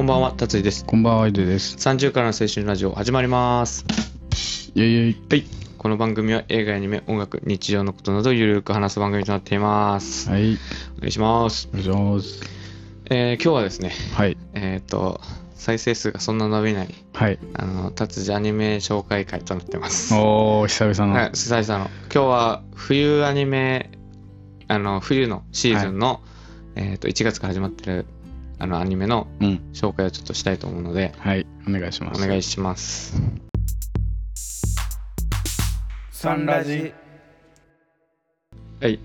んばんは、達井です。こんばんは、井出です。 30からの青春ラジオ始まります。イェイイェイ。はい。この番組は映画、アニメ、音楽、日常のことなどゆるく話す番組となっています。はい。お願いします。お願いします。えー、今日はですね、はい。えっ、と、再生数がそんな伸びない、はい。あの、達治アニメ紹介会となってます。おー、久々の。はい、久々の。今日は冬アニメ、あの、冬のシーズンの、えっ、と、1月から始まってる、あの、アニメのうん。紹介をちょっとしたいと思うので、はい。お願いしまおす。願いします。サンラジはい。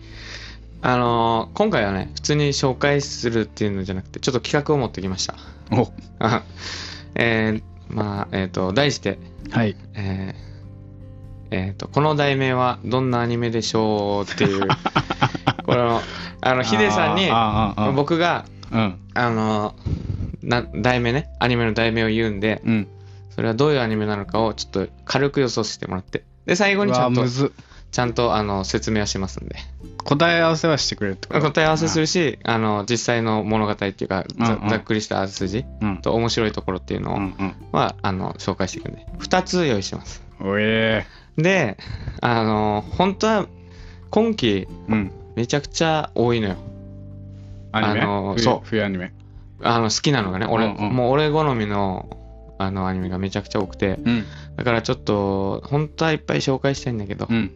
あのー今回はね、普通に紹介するっていうのじゃなくて、ちょっと企画を持ってきました。おあ えー、まあ、えっ、と、題して、はい。えーえーとこの題名はどんなアニメでしょうって いうこのあのヒデさんにあーあー、あー僕がうん。あのな題名ねアニメの題名を言うんでうん。それはどういうアニメなのかをちょっと軽く予想してもらってで最後うにちわゃー、んとむずっ。ちゃんとあの説明はしますんで答え合わせはしてくれるってこと答え合わせするしあの実際の物語っていうかざ,、うんうんざっくりしたあらすじうん。と面白いところっていうのうをんうん。はあの紹介していくんで2つ用意してますおえであの本当は今期ー。うん。めちゃくちゃ多いのよアニメあのー冬そう冬アニメ。あの好きなのがね俺、うんうんもう俺好みのあのアニメがめちゃくちゃ多くてうん。だからちょっと本当はいっぱい紹介したいんだけど、うん。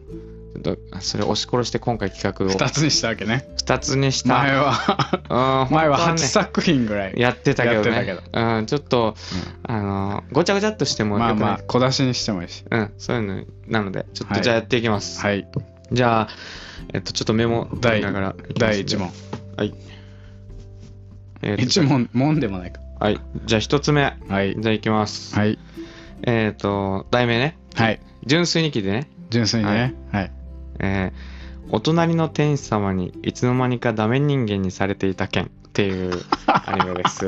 ちょっとそれ押し殺して今回企画を二つにしたわけね。 2つにした前は、うん前は本当ね8作品ぐらい。やってたけどやっねてたうん、ちょっと、あのごちゃごちゃっとしてもよくなまあい、まあ、小出しにしてもいいし。うん、そういうのなのでちょっはといじゃあやっていきます、はい。じゃあ、えっと、ちょっとメモ取りながらいきます第1問。えっと1問、問でもないか。はいじゃあ1つ目はい。じゃあいきます、はい。えっと題名ねはい。純粋に聞いてね純粋にね。はい。えーお隣の天使様にいつの間にかダメ人間にされていた件っていうアニメです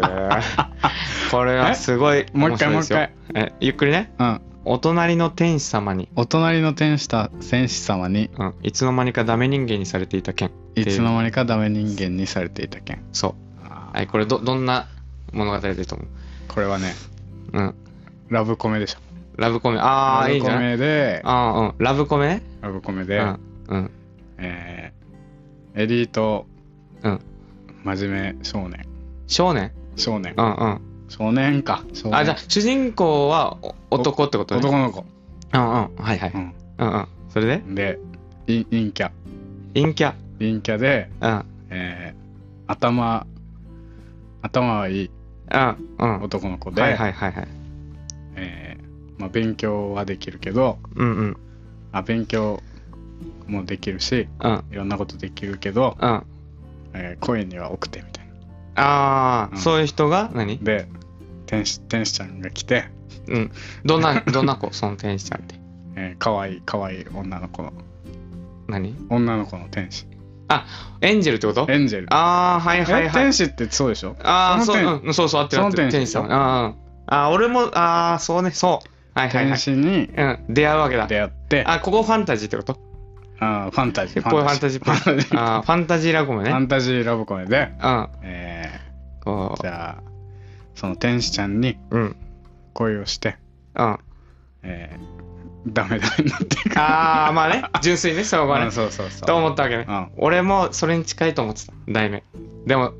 これはすごいもう面一回白いですよもうえゆっくりねうん。お隣の天使様に、お隣の天使た戦士様にうん、いつの間にかダメ人間にされていた件いつの間にかダメ人間にされていた件そうあーはい、これど、どんな物語でと思うこれはねうん。ラブコメでしょラブコメ。ああ、ラいブいじコゃないメでああ、うん。ラブコメね。ラブコメうで、ん。うん。えーエリート、うん真面目少年少年少年うんうん。少年か少年あ、じゃあ主人公はお男ってことね。男の子、うんうん。はいはい。うんうん。それでうん、で陰陰キャ陰キャ。陰キャで、うん。えー頭頭はいいうんうん。男の子で、はいはいはいはい。えーまあ、勉強はできるけどうんうん。あ勉強もできるしうんうん。いろんなことできるけど、あえー声には奥手みたいなあー、うんそういう人が何で天使天使ちゃんが来て、うん。どん な、どんな子その天使ちゃんって。えー、かわいいかわいい女の子の何女の子の天使エンジェルってことエンジェルああ、はいえはいはい。天使ってそうでしょああ、そそのう、うん、そうそう、合ってる合ってる。その天天使使さん。うんうん。ああー、俺も、ああ、そうね、そう。はいはいは天い。使にうん、出会うわけだ。出会って、あ、ここファンタジーってことあーファンタジー結構ファンタジーっぽい。ファンタジ ーあーファンタジーラブコメファね。ンタジーラブコメで、うん。えこーじゃあその天使ちゃんにう、うん。恋をして、うん、あえーダメダメになっていくあーまあ ね純粋にねそこはうんねそうそうそうと思ったわけねうん俺もそれに近いと思ってた題名でも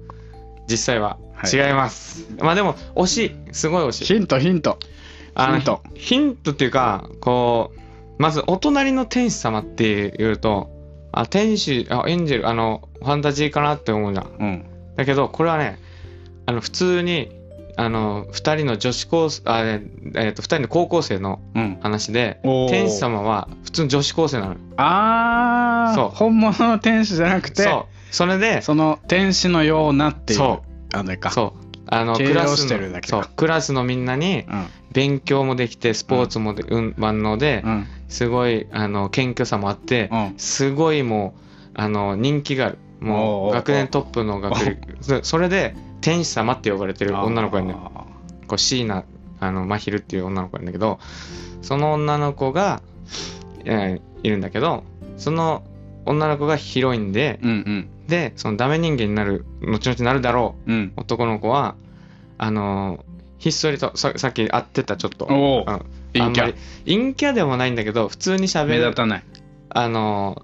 実際ははい違います、まあでも惜しいすごい惜しいヒントヒントあのヒントヒントっていうかこうまずお隣の天使様っていうとあ天使あエンジェルあのファンタジーかなって思うじゃんうんだけどこれはねあの普通にあの2人の女子高生あ、ええーと2人の高校生のうん話でおー天使様は普通の女子高生なのよああそう本物の天使じゃなくてそうそれでその天使のようなっていうそあれかそうあの形クラ容しスてるだのけそかうクラスのみんなにうん勉強もできてスポーツもで、うん、万能でうんすごいあの謙虚さもあってうんすごいもうあの人気があるもおーおうー学年トップの学歴そそれで天使様って呼ばれてる 女の子やねあこう椎名あの真昼っていう女の子なんだけどその女の子が、えーいるんだけどその女の子がヒロインでーうんでそのダメ人間になる後々なるだろうんうんう男の子はあのひっそりとささっき会ってたちょっとおおあ陰キあんまりャ陰キャでもないんだけど普通に目喋立るたないあの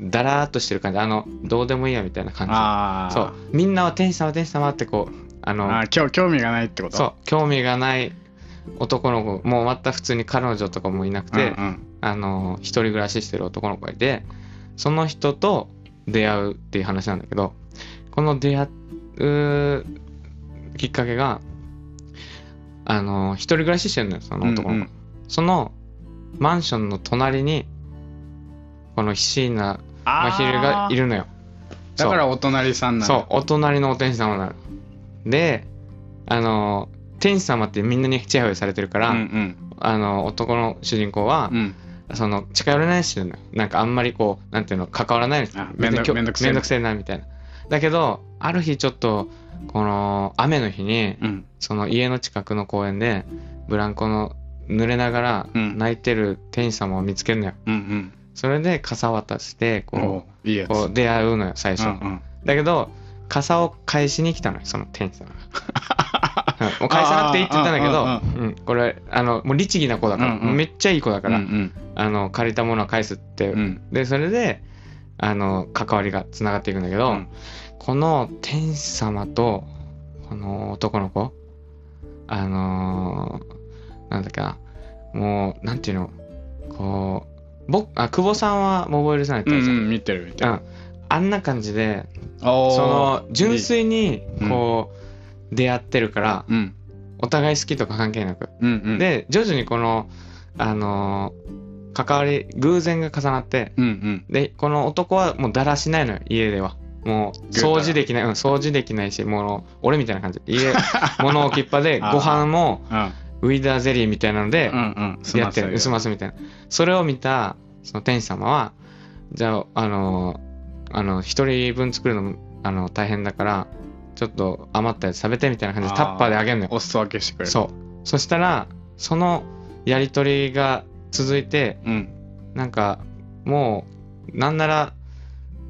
だらーっとしてる感じあのどうでもいいやみたいな感あじあそうみんなは天使様天使様ってこうあのあー興興味がないってことそう興味がない男の子もうまた普通に彼女とかもいなくて、うんうんあの一人暮らししてる男の子がいてその人と出会うっていう話なんだけどこの出会うきっかけがあの一人暮らししてるのよその男の子、うんうんそのマンションの隣にこの椎名あ真昼がいるるのよだからお隣さんなのそう、お隣のお天使様なの。で、あの、天使様ってみんなにチヤホヤされてるから、うんうんあの、男の主人公はう、んその、近寄らないし、なんかあんまりこう、なんていうの、関わらないあめんどきょめんどくせえなめんどくせえな、みたいな。だけど、ある日ちょっと、この、雨の日に、うんその家の近くの公園で、ブランコの濡れながらうん泣いてる天使様を見つけるのよ。うんうんそれで傘渡して、こおういいやう、つこう出会うのよ、最初。うんうんだけど傘を返しに来たのよその店員さんが うんもう返さなくていいって言ったんだけあど、うん、これあのもう律儀な子だから、うんうんめっちゃいい子だから、うんあの借りたものは返すって、うんうんでそれであの関わりがつながっていくんだけど、うんこの天使様とこの男の子あのーなんだっけなもうなんていうのこう僕あ久保さんはモバイルさんやったうんんですよ、うん見てる見てうるんあんな感じでおーその純粋にうんこう出会ってるからうんお互い好きとか関係なくうんうんで徐々にこのあのー関わり偶然が重なってうんうんでこの男はもうだらしないのよ家ではもうぐうたら掃除できない、うん、掃除できないしもう俺みたいな感じ 家物置きっぱであーご飯もうんウィダーゼリーみたいなのでうんうんすやまってせるんすますみたいなそれを見たその天使様はじゃああのあの一人分作るのもあの大変だからちょっと余ったやつ食べてみたいな感じであターッパーであげるのよお裾分けしてくれるそうそしたらそのやり取りが続いてうんなんかもうなんなら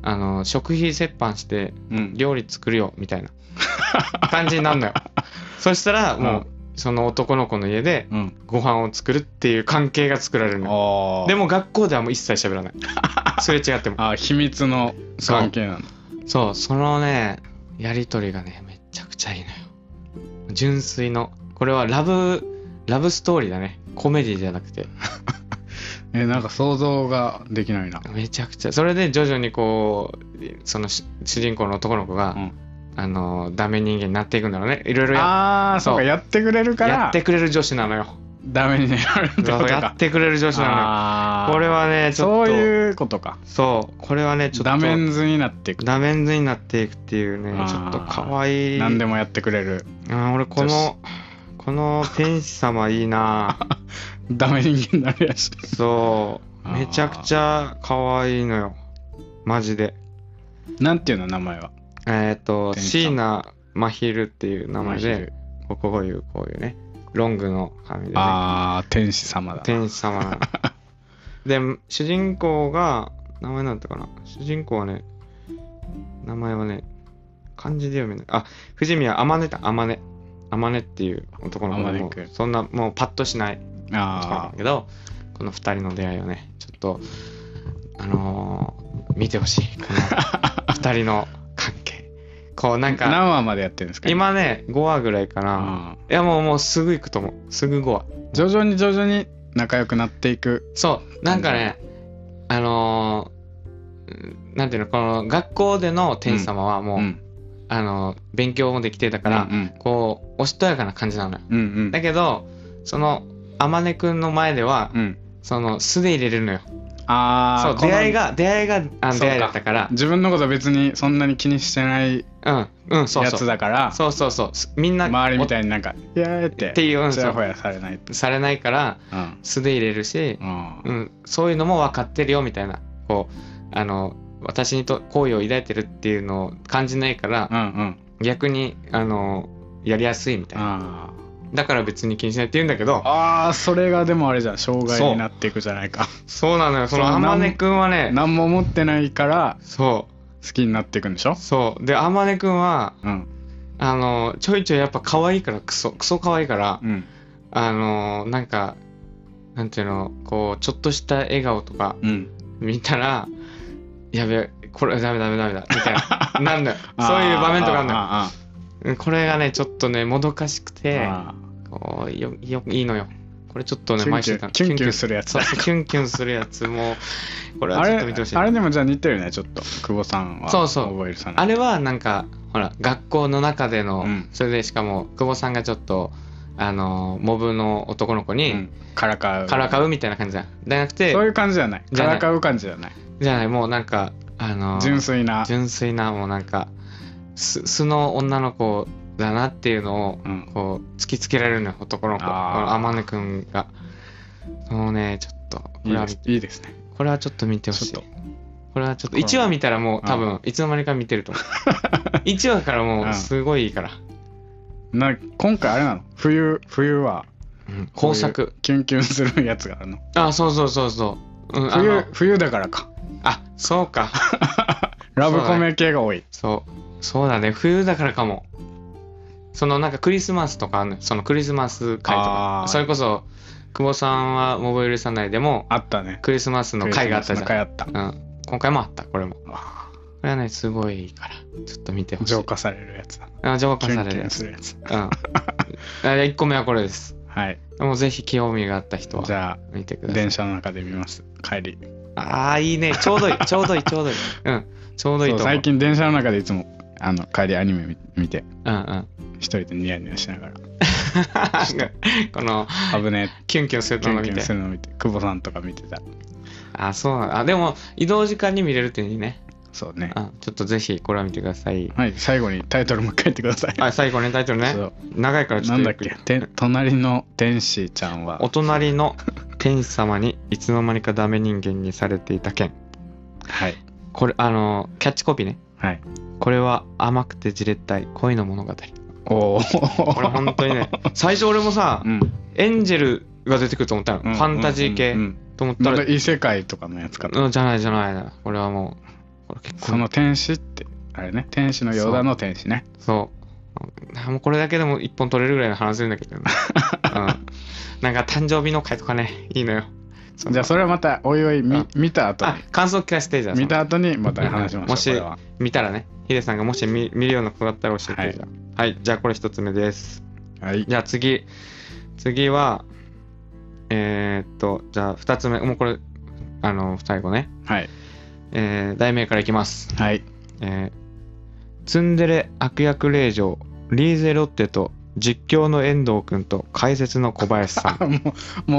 あの食費折半してうん料理作るよみた いな感じになるのよそしたらもう、その男の子の家でうんご飯を作るっていう関係が作られるのよああでも学校ではもう一切喋ら ない。すれ違っても。あー秘密の関係なのそう、そのね、やりとりがね、めちゃくちゃいいのよ。純粋の。これはラブ、ラブストーリーだね。コメディじゃなくて。えなんか想像ができないなめちゃくちゃ。それで徐々にこう、そのし主人公の男の子が、うんあの、ダメ人間になっていくんだろうね。いろいろやああそうそかうやってくれるからやってくれる女子なのよ。ダメになるってことそうやかってくれる女子なのあよ。ーこれはね、ちょそっと。ういうことかそうこれはね、ちょっと。ダメンズになっていくダメンズになっていくっていうねあーちょっと可愛い何でもやってくれるあー俺このこの天使様いい なダメ人間になるやしそうあーめちゃくちゃ可愛いのよマジでなんていうの名前はえっ、と天使様椎名真昼っていう名前真昼でここういうこういうねロングの髪で、ね、ああ天使様だ天使様 なので主人公が名前なんだったかな主人公はね名前はね漢字で読めないあ藤宮天音だ天音天音っていう男の子で天も音う君そんなもうパッとしない男の子なんあだけどこの二人の出会いをねちょっとあのー見てほしいこの二人の関 係こうなんあか何話までやってるんですか今ね5話ぐらいかなあいやもうもうすぐ行くと思うすぐ5話ー徐々に徐々に仲良くなっていくそう、なんかね、あのーうんなんていうの、この学校での天使様はもう、うんあのー勉強もできてたから、うんこう、おしとやかな感じなのよ。うんうんだけど、その、あまねくんの前では、うんその、素で入れるのよ。あそあう、出会いが、出会いが、あそうか出会いだったから、自分のこと別にそんなに気にしてないうん、うん、そうやそつう。だからそうそうそう、すみんな、周りみたいになんか「やー」ってっていううんちやほやされないおされないから、うん素で入れるし、うんうん、そういうのも分かってるよみたいなこうあの私にと好意を抱いてるっていうのを感じないからうんうん逆にあのやりやすいみたいなあだから別に気にしないって言うんだけどーあーそれがでもあれじゃん障害になっていくじゃないかそうなのよそのそう天音くんはね何も持ってないからそ好きになっていくんでしょうそうで天音くんはうんあの、ちょいちょいやっぱ可愛いから、クソ、クソ可愛いから、うん。あの、なんか、なんていうの、こう、ちょっとした笑顔とかうん。見たら、やべえ、これダメダメダメだ、みたい な。なんだよ。そういう場面とかあんだよあうん。これがね、ちょっとね、もどかしくーて、あこうよよいいのよ。これちょっとー。ね、キュン毎キ週ュンキュンキュンするやつそう。そうキュンキュンするやつも、これはあちょっれと見てほしい。あれでもじゃあ似てるねちょっと久保さんはそうそう覚えるさんあれはなんかほら学校の中での、うんそれでしかも久保さんがちょっとあのモブの男の子うにんからかうからかうみたいな感じじゃんじゃなくてそういう感じじゃないじゃかないらかう感じじゃないじゃないもうなんかあの純粋な純粋なもうなんかす素の女の子だなっていうのをうんこう突きつけられるのよ男の子こあーの天音くんがもうねちょっとこいれいはですいいですねこれはちょっと見てほしいちょっこれはちょっとこれは1話見たらもう多分いつの間にか見てると思う1話からもうすごいいいから、とな今回あれなの冬冬はうん、工こういう作キュンキュンするやつがあるのあ、そうそうそうそう。うん、あの冬、冬だからかあ、そうか。ラブコメ系が多いそう、そうだね。冬だからかも。そのなんかクリスマスとかあんのよそのクリスマス会とあかー。それこそ、久保さんはモブ許さないでも、あったねクリスマスの会があったじゃクリん。スマスの会あっうん。今回もあった、これも。こたあれはね、すごいいいから、ちょっと見てーほしい。浄化されるやつだあ浄キ化ュさンれキるュやンつ。するやつうん。 あ1個目はこれです。はいもうぜひ興味があった人じはゃあ見てください。電車の中で見ます帰りああ、いいね。ちょ うどいい、ちょうどいい、ちょうどいい。うん。ちょうどいいそうと思う。最近電車の中でいつもあの帰りアニメ見見てうんうん。 一人でニヤニヤしながらこの危ねキュンキュンするえキのュをンキ見ュンてす。るの見て久保さんとか見てたあ、そうなんだ。あ、でも移動時間に見れるっていいね。そうねあ、ちょっとぜひこれは見てください。はい最後にタイトルもう一回言ってくださいあ、最後ね、タイトルねそ。う長いからちょなっんとだゆっっくりけて隣の天使ちゃんはお隣の天使様にいつの間にかダメ人間にされていた件。はいこれ、あの、キャッチコピーね。はいこれは甘くてじれったい恋の物語。こおおれ本当に ね、最初俺もさ、うんエンジェルが出てくると思ったの。うフんァンタジー系うんうんと思ったまらた、異世界とかのやつかとうん、じゃないじゃない。これはもう、これ結構その天使ってあれね天使のヨダの天使ねそう。あもうこれだけでも一本取れるぐらいの話するんだけど ね、うん、なんか誕生日の会とかね、いいのよ。じゃあそれはまたおいおいみうん見た後あに、感想聞かせて、じゃあ。見た後にまた話しましょううんこれは見たらね、ヒデさんがもし見見るような子だったら教えて、じゃあはい、じゃあこれ一つ目です。はいじゃあ次。次は、えーっと、じゃあ二つ目。もうこれ、あの、最後ね。はいえー題名からいきます。はいえーツンデレ悪役令嬢リーゼロッテと実況の遠藤君と解説の小林さ あもうもう も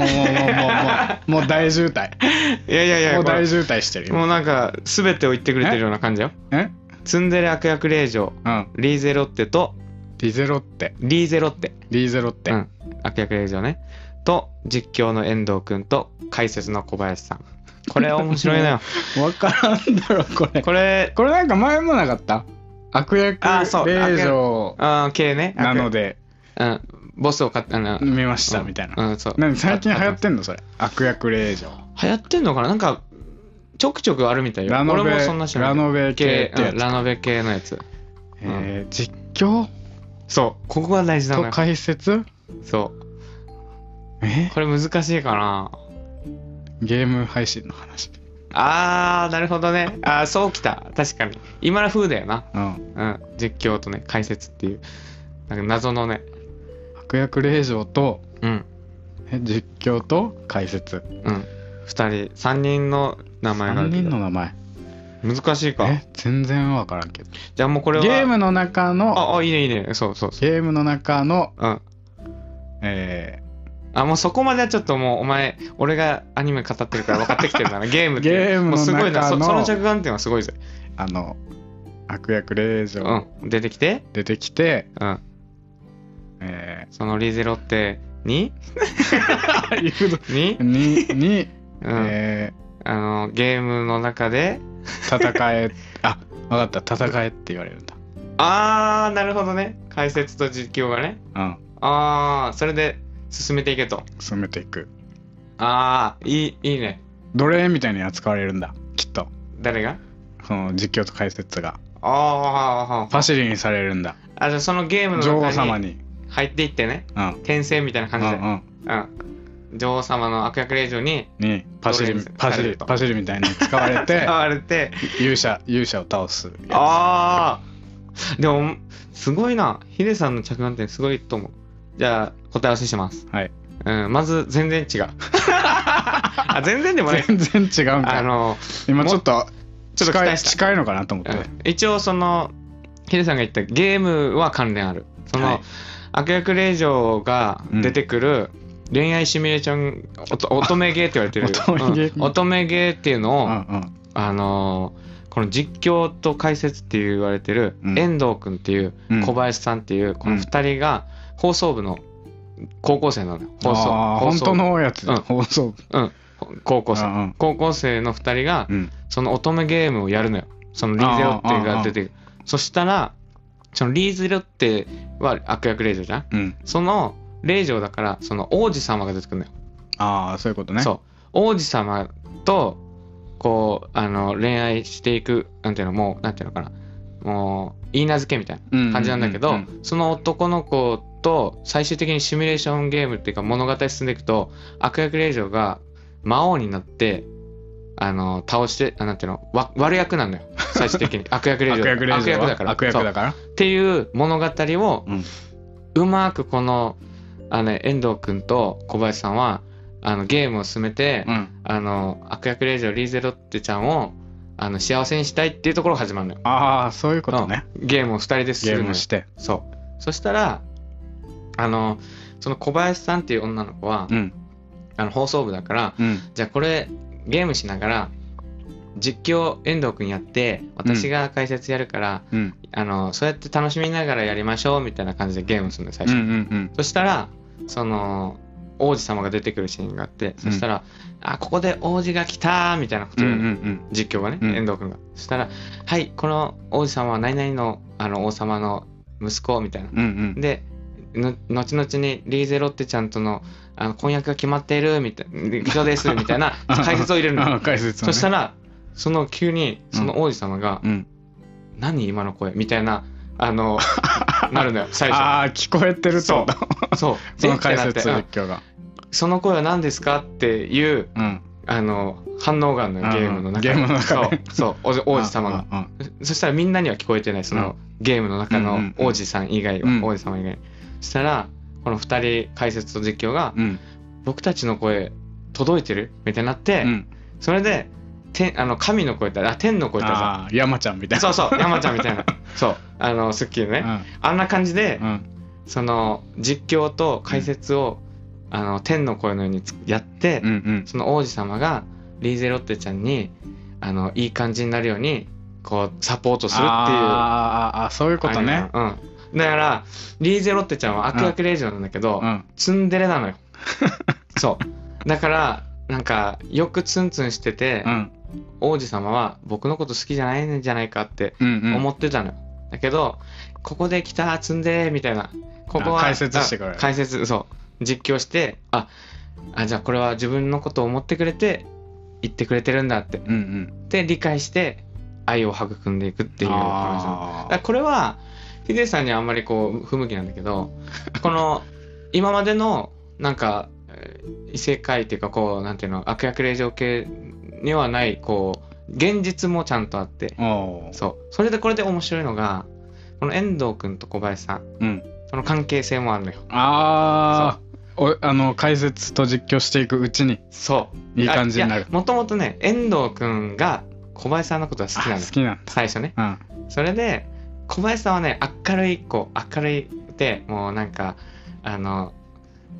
うもうもうもうもう大渋滞んいやいやいやもうこれ大渋滞してるよもうなんか全てを言ってくれてるような感じだよえツンデレ悪役令嬢うんリーゼロッテとリゼロってリーゼロッテリゼロって、うん悪役令嬢ねと実況の遠藤君と解説の小林さんこれ面白い のよ分からんだろこれこれこれなんか前もなかった悪役あそう令嬢あー系ねなので、でうん、ボスを買ったの見ましたみたいうな、ん、そうなんか最近流行ってんのそれ悪役令嬢流行ってんのかななんかちょくちょくあるみたいよラノ俺ベもそんな知らないラノベ系ってやうんつラノベ系のやつえー実況そうここが大事なのとよ解説そうえこれ難しいかなゲーム配信の話あーなるほどねあーそうきた確かに今風だよな、うんうん、実況とね解説っていうなんか謎のね悪役令嬢とうんえ実況と解説うん2人3人の名前があ3るけ人どの名前難しいかえ全然分からんけどじゃあもうこれはゲームの中のああいいねいいねそうそうそうゲームの中のうんえあ、もうそこまではちょっともうお前、俺がアニメ語ってるから分かってきてる んだな、ゲームっていう。ゲームのもうすごいな、中そのその着眼点はすごいぜ。ーあの悪役令嬢うん、出てきて、出てきて、うん、えそのリーゼロって、にーに、にに、うんえあの、ゲームの中で、ー戦えあ分かった戦えって言われるんだあー、なるほどね。解説と実況がね。うんあー、それで進めていけと。進めていくあー、いい、いいね。奴隷みたいに扱われるんだきっと誰がその実況と解説がああ、パシリにされるんだあ、じゃあそのゲーム女の王中様にに入っていってね、うん転生みたいなう感んうじで、んうん女王様の悪役令嬢ににパシ奴隷にリされるパシリとパシリみたいに使わ れて使われて、勇者勇者を倒すやつああでも、すごいな。ヒデさんの着眼点すごいと思う。じゃあ、答え合わせします。はい。うん、まず、全然違う。 あ、全然でもない。全然違うんあかいの、今ちょっとちょっと期近い待した近いのかなと思ってうん一応、その、ヒデさんが言ったゲームは関連ある。その、はい悪役令嬢が出てくる、恋愛シミュレーション、おと乙女ゲーって言われてる 乙女ゲーうん乙女ゲーっていうのを、うんうんあのーこの実況と解説って言われてるうん遠藤君っていううん小林さんっていうこの2人が放送部の高校生なのよ放送あー放本送当のやつうん放送高校生あ高校生の2人がうんその乙女ゲームをやるのよそのリーゼロっていうのが出てくるそしたらそのリーゼロっては悪役令嬢じゃんうんその令嬢だからその王子様が出てくるのよああそういうことねそう王子様とこうあの恋愛していくなんていうのもうなんていうのかなもう言い名付けみたいなうん感じなんだけど、ううんその男の子と最終的にシミュレーションゲームっていうか物語進んでいくと悪役令嬢が魔王になってあの倒してあなんていうのわ悪役なんだよ最終 的に悪役令嬢悪役令悪嬢役はだから悪役そうだからっていう物語を、うんうまくこのあの遠藤君と小林さんはあのゲームを進めて、うんあの悪役令嬢リーゼロッテちゃんをあの幸せにしたいっていうところが始まるのよ。ああそういうことねうんゲームを2人ですゲるーのよムしてそうそしたらあのその小林さんっていう女の子は、うんあの放送部だからうんじゃあこれゲームしながら実況遠藤君やって私が解説やるから、うんあのそうやって楽しみながらやりましょうみたいな感じでゲームするのよ最うんう初、んそしたらその王子様が出てくるシーンがあってそしたら「あここで王子が来た」みたいなことうんをうん言うの、うん実況がね、うん遠藤君がそしたら「はいこの王子様は何々のあの王様の息子」みたいなうんうんでの後々にリーゼロッテちゃんとのあの婚約が決まっているみたい な以上ですみたいな解説を入れるのあ 解説そをねしたらその急にその王子様が「うん何今の声みたいなあ のなるのよ最初ああ聞こえてるとそう そのでって解なって説うん実況がその声は何ですかっていううんあの反応があるのようんゲームの中でゲームの中でそう そうお王子様ががそしたらみんなには聞こえてないそのゲームの中うんうのんうん王子さん以外うはん王子様以外そしたらこの2人解説と実況がうん「僕たちの声届いてる?」みたいになってうんそれで天あの神の声だあ天の声ださああ山ちゃんみたいなそうそう山ちゃんみたいなそうあのスッキリのねあんな感じでうんうんその実況と解説を、あの天の声のようにつやって、うんうんその王子様がリーゼロッテちゃんにあのいい感じになるようにこうサポートするっていうあーあーそういうことねあれなのうん、だからリーゼロッテちゃんは悪役令嬢なんだけど、うんツンデレな のよそうだからなんかよくツンツンしてて、うん王子様は僕のこと好きじゃないんじゃないかってうんうん思ってたのよ、だけどここで来た積んでみたいなここはあ解説してくれるあ解説そう実況してああじゃあこれは自分のことを思ってくれて言ってくれてるんだってうんうんで理解して愛を育んでいくっていう話なのだあからこれはヒデさんにはあんまりこう不向きなんだけど この今までのなんかえー異世界っていうかこうなんていうの悪役令嬢系にはないこう現実もちゃんとあってーおーそう。それでこれで面白いのが、この遠藤くんと小林さん、うんその関係性もあるのよ。ああおあの解説と実況していくうちにそう。いい感じになるもともとね、遠藤くんが小林さんのことが好きなあのよ好。きなん最初ね。だそれで、小林さんはね、明るい子、明るいで、もうなんか、あの、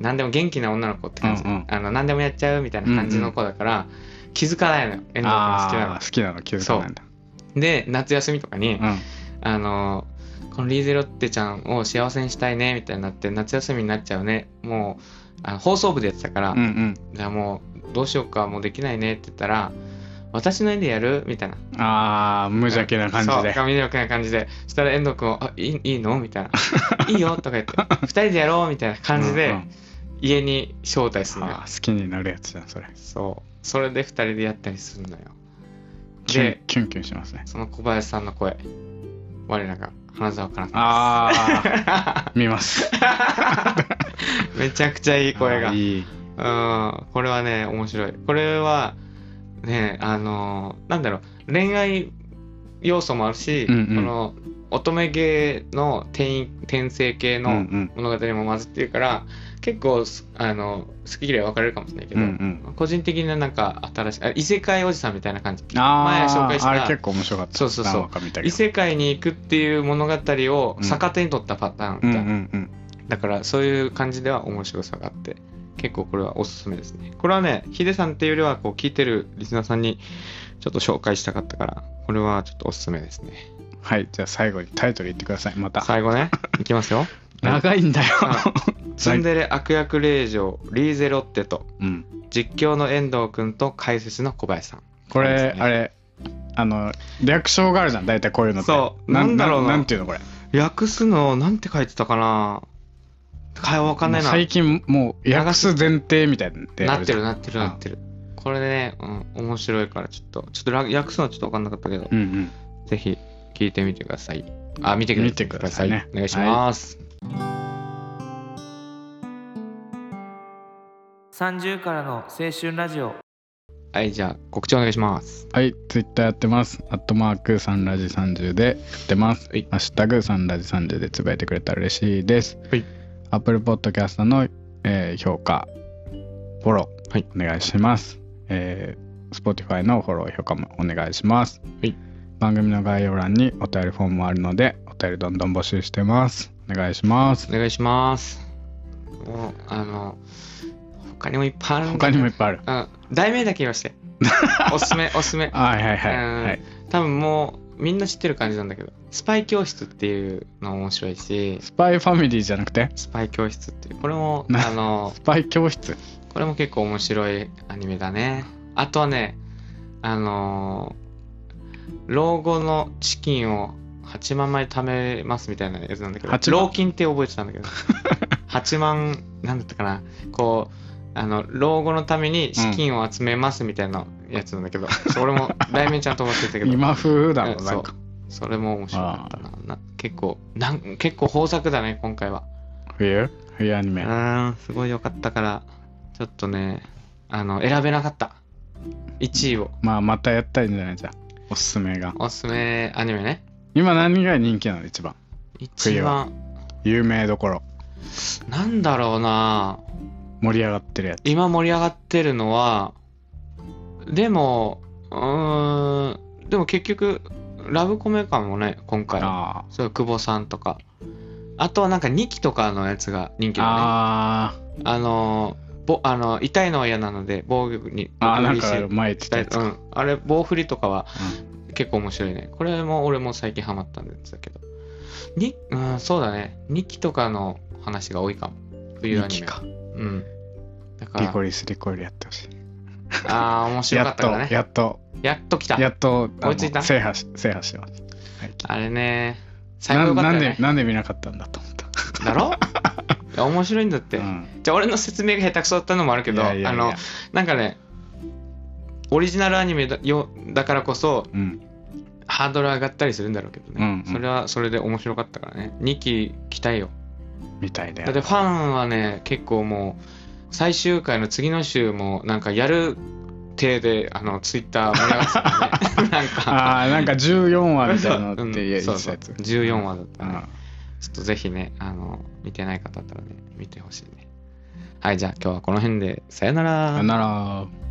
何でも元気な女の子って感じ。うんうんあの何でもやっちゃうみたいな感じの子だから、気づかないのよ。遠藤くんが好きなああー好きなの気づかないんだの。で、夏休みとかに、うんあのこのリーゼロッテちゃんを幸せにしたいねみたいになって夏休みになっちゃうねもうあの放送部でやってたから、うんうんじゃあもうどうしようかもうできないねって言ったら私の絵でやるみたいなああ無邪気な感じそうで無邪気な感じでそしたら遠藤君を「あいいいいの?」み たいな「いいよ」とか言って「2人でやろう」みたいな感じうんうでん家に招待するのよ、あー好きになるやつじゃんそれそうそれで2人でやったりするのよキュでンキュンキュンしますねその小林さんの声我らが花澤香菜ああ、さ 見ます。んめちゃくちゃいい声があーいい。うんこれはね面白いこれはねあのーなんだろう恋愛要素もあるし、うんうんこの乙女芸の転転生系うんうのん。物語も混ざってるから、結構すあの好き嫌い分かれるかもしれないけど、うん個人的ななんか新しいあ異世界おじさんみたいな感じあ前紹介しあ、たあれ結構面白かった。そうそうそう何話か見たけ異ど世界に行くっていう物語を逆手に取ったパターンうみんたういな、んうん。だからそういう感じでは面白さがあって結構これはおすすめですねこれはねヒデさんっていうよりはこう聞いてるリスナーさんにちょっと紹介したかったからこれはちょっとおすすめですねはい、じゃあ最後にタイトル言ってください、また。最 後ねいきますよ長いんだよ。 「ツンデレ悪役令嬢リーゼロッテとうん、実況の遠藤くんと解説の小林さん」こそうでれ、すねあれ、あの、略称があるじゃん、大体こういうのって。そうなんだろうななんていうのこれ。訳すのなんて書いてたかなかわかんないもなう最近もう、訳す前提みたいになってなってるな。なってるなってるこれね、うん、面白いからちょっとちょっとら訳すのはちょっと分かんなかったけどうんうん。ぜひ聞いてみてください。あ、見てください。見てくださいねお願いします。 30からの青春ラジオはい、じゃあ告知お願いします。はい、ツイッターやってます。アットマークサンラジ30でやってます。はいハッシュタグサンラジ30でつぶやいてくれたら嬉しいです。はい。アップルポッドキャストの、えー評価、フォロー、はいお願いします。えー、Spotify のフォロー、評価もお願いします。はい。番組の概要欄にお便りフォームもあるので、お便りどんどん募集してます。お願いしますお。願いします。もう、あの、他にもいっぱいあるんだ他にもいっぱいある。うん、題名だけ言わ して。おすすめ、おすすめ。はいはいはうんい。はい、多分もう、みんな知ってる感じなんだけど、スパイ教室っていうの面白いし、スパイファミリーじゃなくて、スパイ教室っていう、これも、なあのス、パイ教室。これも結構面白いアニメだね。あとはね、あのー老後のチキンを8万枚貯めますみたいなやつなんだけど、 8万老金って覚えてたん だけど、8万、なんだったかな、こう、あの、老後のために資金を集めますみたいなやつなんだけど、それ俺も題名ちゃんと覚えてたけど、今風だうろ、んなんそかう。それも面白かったな。な結構なん、結構豊作だね、今回は。冬冬アニメ。うん、すごい良かったから、ちょっとね、あの、選べなかった。1位を。まあまたやったらいいんじゃないじゃあおすすめがおすすめアニメね。今何が人気なの一番一番、有名どころなんだろうな盛り上がってるやつ今盛り上がってるのは、でも、うーん、でも結局、ラブコメ感もね、今回。あそう、久保さんとか。あとはなんか2期とかのやつが人気ーだね。ああの、ぼあの痛いのは嫌なので、防御に。ーあーなんいいしか前言ってたやつうかん、あれ棒振りとかは結構面白いねこれも俺も最近ハマったんですけどに、うん、そうだね2期とかの話が多いかも冬ア2ニ期メかうんだかリらコリスリコイルやってほしああ面い白やかっったかとらねややっとっと来たやっとあの追いついた制覇し制覇してますはいあれね最な高だなったんよでねなんで見なかったんだと思 っただろいや面白いんだって、うんじゃあ俺の説明が下手くそだったのもあるけどいやいやあいやのなんかねオリジナルアニメだよだからこそうんハードル上がったりするんだろうけどね、うんうんそれはそれで面白かったからね2期期待よみたいだだっよてファンはね結構もう最終回の次の週もなんかやる体であのツイッター盛り上がってた よねなんかああなんか14話みたいなうのんって言ってそうたそうやつ14話だったうね、んちょっとぜひねあの見てない方だったらね見てほしいねはいじゃあ今日はこの辺でさよならさよなら